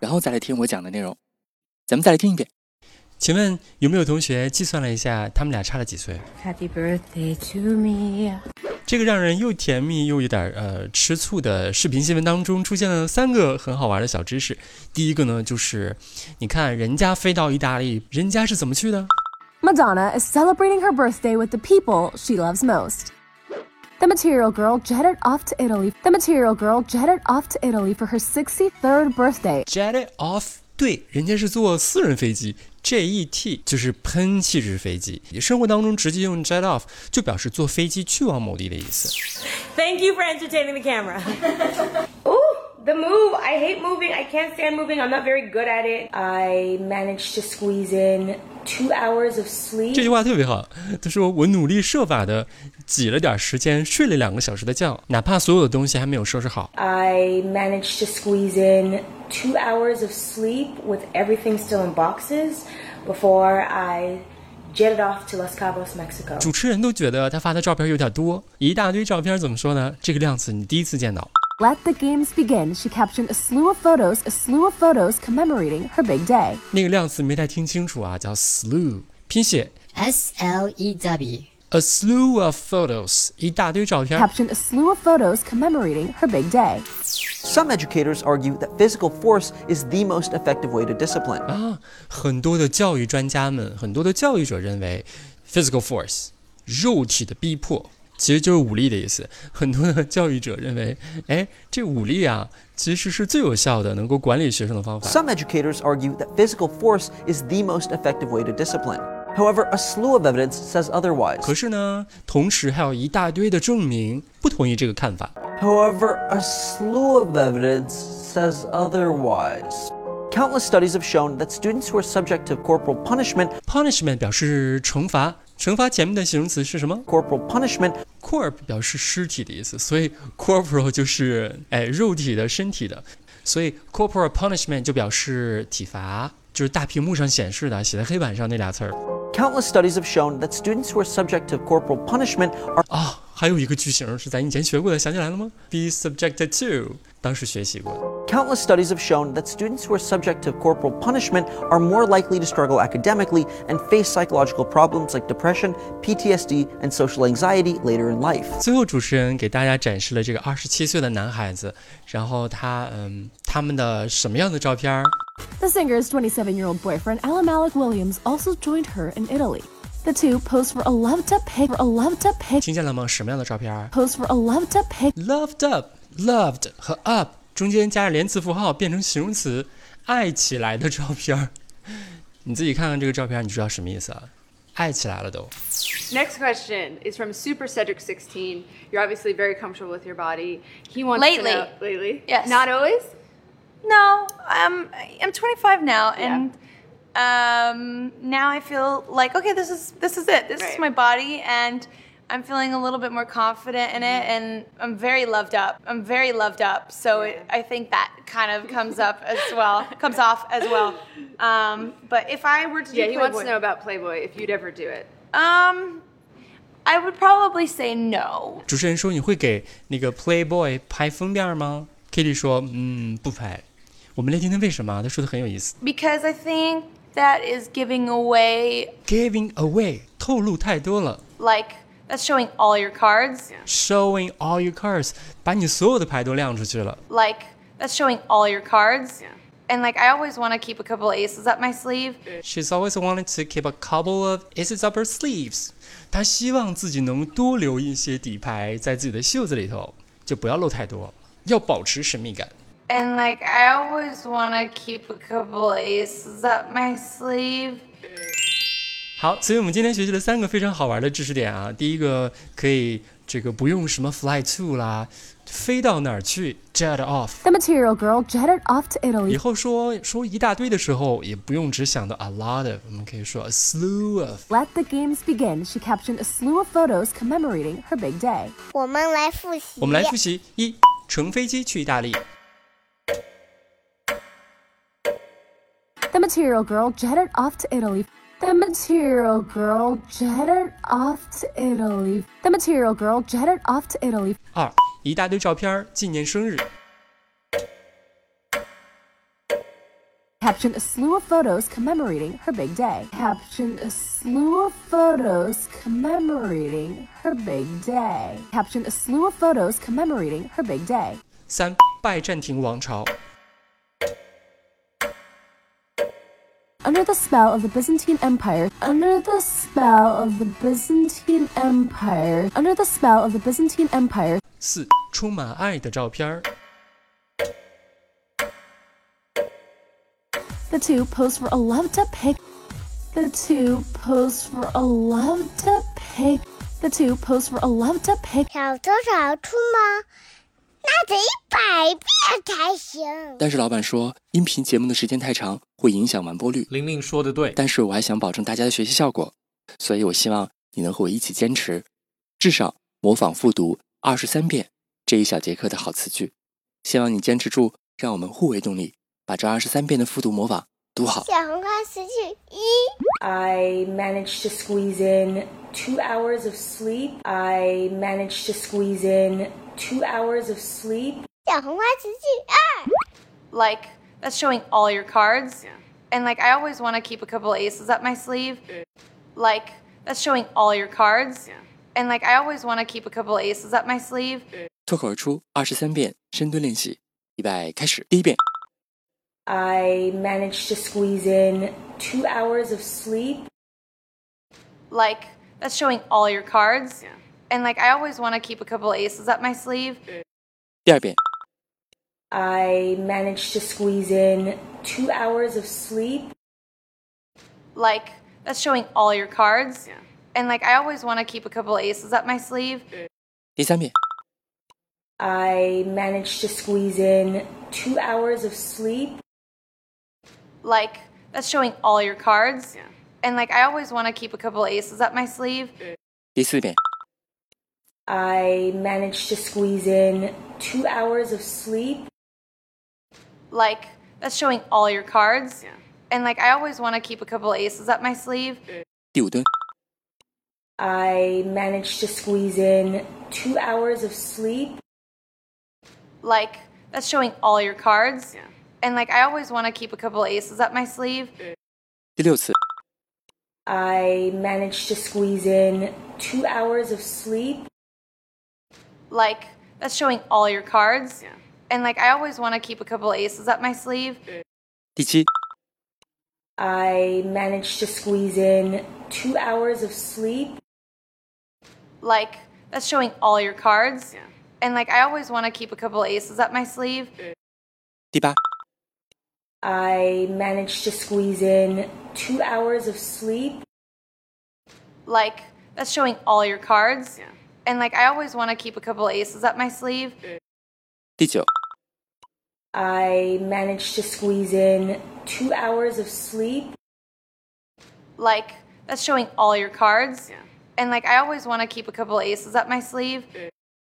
然后再来听我讲的内容。咱们再来听一遍。请问有没有同学计算了一下他们俩差了几岁？ Happy birthday to me！这个让人又甜蜜又有点儿呃吃醋的视频新闻当中出现了三个很好玩的小知识。第一个呢，就是你看人家飞到意大利，人家是怎么去的？ Madonna is celebrating her birthday with the people she loves most. The Material Girl jetted off to Italy. The Material Girl jetted off to Italy for her 63rd birthday. jet it off。对，人家是坐私人飞机，jet 就是喷气式飞机。生活当中直接用 jet off 就表示坐飞机去往某地的意思。 Thank you for entertaining the camera. Ooh, the move. I hate moving. I can't stand moving. I'm not very good at it. I managed to squeeze in two hours of 这句 sleep. 话特别好，他说我努力设法的挤了点时间，睡了两个小时的觉，哪怕所有的东西还没有收拾好。 I managed to squeeze in two hours of sleep with everything still in boxes before I jetted off to Los Cabos, Mexico. 主持人都觉得他发的照片有点多，一大堆照片怎么说呢？这个量词你第一次见到。 Let the games begin. She captioned a slew of photos, a slew of photos commemorating her big day. 那个量词没太听清楚啊，叫 slew，拼写 S L E W. a slew of photos，一大堆照片。 Captioned a slew of photos commemorating her big day. Some educators argue that physical force is the most effective way to discipline. 啊，很多的教育专家们，很多的教育者认为，physical force 肉体的逼迫其实就是武力的意思。很多的教育者认为，哎，这武力啊，其实是最有效的，能够管理学生的方法。 Some educators argue that physical force is the most effective way to discipline. However, a slew of evidence says 可 otherwise. 是呢，同时还有一大堆的证明不同意这个看法。 However, a slew of evidence says otherwise. Countless studies have shown that students who are subject to corporal punishment, punishment 表示惩罚，惩罚前面的形容词是什么 corporal punishment ？corp 表示尸体的意思，所以 corporal 就是哎肉体的、身体的，所以 corporal punishment 就表示体罚，就是大屏幕上显示的，写在黑板上那俩词儿 Countless studies have shown that students who are subject to corporal punishment are 啊。还有一个句型是咱以前学过的，想起来了吗？be subjected to，当时学习过。 countless studies have shown that students who are subject to corporal punishment are more likely to struggle academically and face psychological problems like depression, PTSD, and social anxiety later in life. 最后主持人给大家展示了这个二十七岁的男孩子，然后他嗯他们的什么样的照片儿？ The singer's 27 year old boyfriend, Alan Malik Williams, also joined her in Italy. The two posed for a loved up pic, for a loved up pic, 听见了吗？什么样的照片儿？ posed for a loved up pic, loved up loved 和 up 中间加上连字符号变成形容词，爱起来的照片儿，你自己看看这个照片儿，你知道什么意思啊？爱起来了都。 Next question is from Super Cedric 16. You're obviously very comfortable with your body. He wants Lately. to know lately. Yes. Not always. No, um, I'm 25 now, and um, now I feel like okay, this is this is it. This is Right. my body, and I'm feeling a little bit more confident in it, Mm-hmm. and I'm very loved up. I'm very loved up. So it, I think that kind of comes up as well, comes off as well. Um, but if I were to do Yeah, he wants to Playboy- know about Playboy if you'd ever do it. um, I would probably say no. 主持人说你会给那个 Playboy 拍封面吗？Kitty 说嗯不拍。我们来听听为什么啊，他说的很有意思。 Because I think that is giving away, Giving away 透露太多了 like, that's showing all your cards. ，showing all your cards 把你所有的牌都亮出去了。 Like, that's showing all your cards. And, like, I always want to keep a couple aces up my sleeve. She's always wanted to keep a couple of aces up her sleeves。她希望自己能多留一些底牌在自己的袖子里头，就不要露太多，要保持神秘感。 And, like, I always want to keep a couple aces up my sleeve. 好，所以我们今天学习了三个非常好玩的知识点啊。第一个可以这个不用什么 fly to 啦飞到哪儿去，jet off。 The material girl jetted off to Italy. 以后说说一大堆的时候，也不用只想到 a lot of，我们可以说 a slew of。 Let the games begin. She captioned a slew of photos commemorating her big day. 我们来复习。我们来复习：一、乘飞机去意大利； The material girl jetted off to Italy. The material girl jetted off to Italy. The material girl jetted off to Italy. 二、一大堆照片儿纪念生日； Captioned a slew of photos commemorating her big day. Captioned a slew of photos commemorating her big day. Captioned a slew of photos commemorating her big day. 三、拜占庭王朝； Under the spell of the Byzantine Empire, under the spell of the Byzantine Empire, under the spell of the Byzantine Empire, 四、充满爱的照片儿； the two posed for a love to pick. The two posed for a love to pick. The two posed for a love to pick. 小偷小兔吗？那得一百遍才行。但是老板说，音频节目的时间太长，会影响完播率。玲玲说的对，但是我还想保证大家的学习效果，所以我希望你能和我一起坚持，至少模仿复读二十三遍这一小节课的好词句。希望你坚持住，让我们互为动力，把这二十三遍的复读模仿读好。小红花词句一， I managed to squeeze in two hours of sleep. I managed to squeeze in two hours of sleep. 小红花词句二， Like that's showing all your cards. And like I always want to keep a couple aces up my sleeve. Like that's showing all your cards. And like I always want to keep a couple aces up my sleeve. 脱口而出二十三遍深蹲练习，预备开始。第一遍， I managed to squeeze in two hours of sleep. Like that's showing all your cards. And like I always want to keep a couple aces up my sleeve. 第二遍， I managed to squeeze in two hours of sleep. Like that's showing all your cards. And like I always want to keep a couple aces up my sleeve. 第三遍， I managed to squeeze in two hours of sleep. Like that's showing all your cards. And like I always want to keep a couple aces up my sleeve. 第四遍， I managed to squeeze in two hours of sleep. Like that's showing all your cards. And like I always want to keep a couple aces up my sleeve. 第五蹲， I managed to squeeze in two hours of sleep. Like that's showing all your cards. And like I always want to keep a couple aces up my sleeve. 第六次， I managed to squeeze in two hours of sleep. Like that's showing all your cards. And like I always want to keep a couple aces up my sleeve. 第七， I managed to squeeze in two hours of sleep. Like that's showing all your cards. And like I always want to keep a couple aces up my sleeve. 第八， I managed to squeeze in two hours of sleep. Like that's showing all your cards. And like I always want to keep a couple aces up my sleeve. 第九， I managed to squeeze in two hours of sleep. Like that's showing all your cards. And like I always want to keep a couple aces up my sleeve.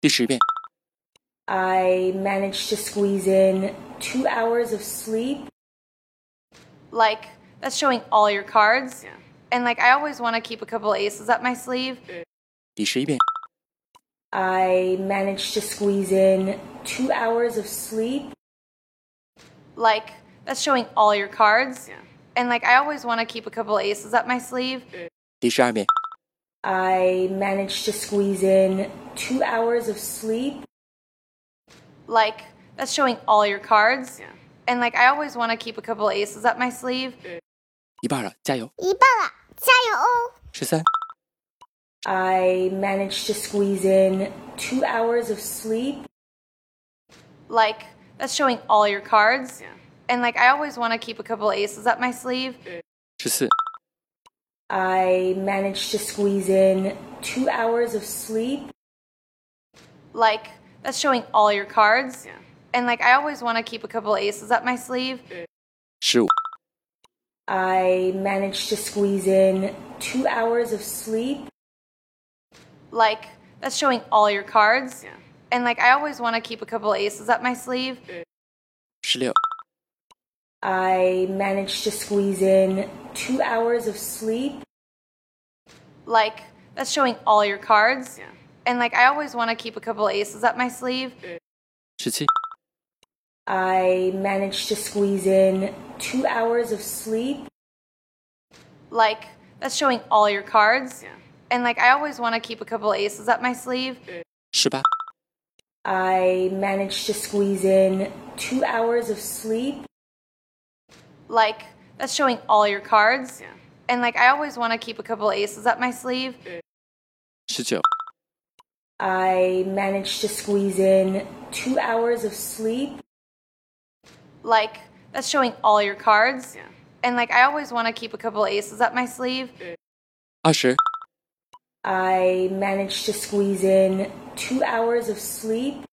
第十遍， I managed to squeeze in two hours of sleep. Like that's showing all your cards. And like I always want to keep a couple aces up my sleeve. 第十一遍， I managed to squeeze in two hours of sleep. Like that's showing all your cards. And like I always want to keep a couple aces up my sleeve. 第十二遍， I managed to squeeze in two hours of sleep. Like that's showing all your cards. And like I always want to keep a couple aces up my sleeve. 一半了，加油！一半了，加油哦！十三、 I managed to squeeze in two hours of sleep. Like that's showing all your cards. And like I always want to keep a couple aces up my sleeve. 十四、 I managed to squeeze in two hours of sleep. Like That's showing all your cards. And like I always want to keep a couple aces up my sleeve. 十五、 I managed to squeeze in two hours of sleep. Like that's showing all your cards. And like I always want to keep a couple aces up my sleeve. 十六、 I managed to squeeze in two hours of sleep. Like that's showing all your cards. And like I always want to keep a couple aces up my sleeve. 十七、 I managed to squeeze in two hours of sleep. Like that's showing all your cards. And like I always want to keep a couple aces up my sleeve. 十八、 I managed to squeeze in two hours of sleep. Like that's showing all your cards. And like I always want to keep a couple aces up my sleeve. 十九、 I managed to squeeze in two hours of sleep. Like that's showing all your cards. And like I always want to keep a couple aces up my sleeve. 二十、 I managed to squeeze in two hours of sleep.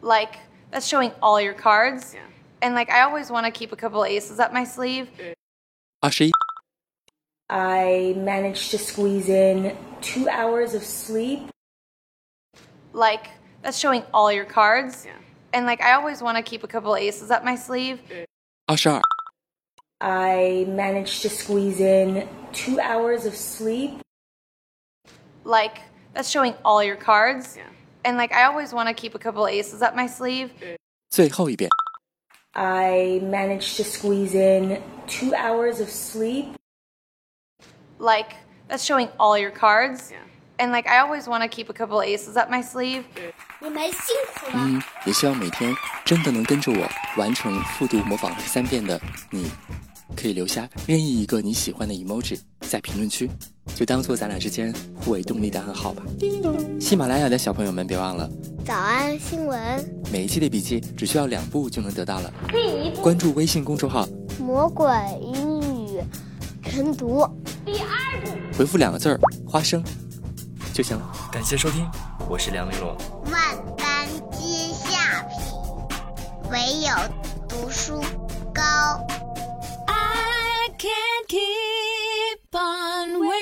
Like that's showing all your cards. And like I always want to keep a couple aces up my sleeve. 二十一、 I managed to squeeze in two hours of sleep. Like that's showing all your cards. And like I always want to keep a couple aces up my sleeve. 二十二、 I managed to squeeze in two hours of sleep. Like that's showing all your cards. And like I always want to keep a couple aces up my sleeve. 最后一遍。 I managed to squeeze in two hours of sleep. Like that's showing all your cards. And like I always want to keep a couple aces up my sleeve. 你们辛苦了。嗯，也希望每天真的能跟着我完成复读模仿三遍的你，可以留下任意一个你喜欢的 emoji 在评论区，就当做咱俩之间互为动力的暗号吧。喜马拉雅的小朋友们，别忘了早安新闻，每一期的笔记只需要两步就能得到了。关注微信公众号，魔鬼英语晨读。回复两个字儿“花生”就行了。感谢收听，我是梁丽罗。万般皆下品，唯有读书高。 I can't keep on waiting.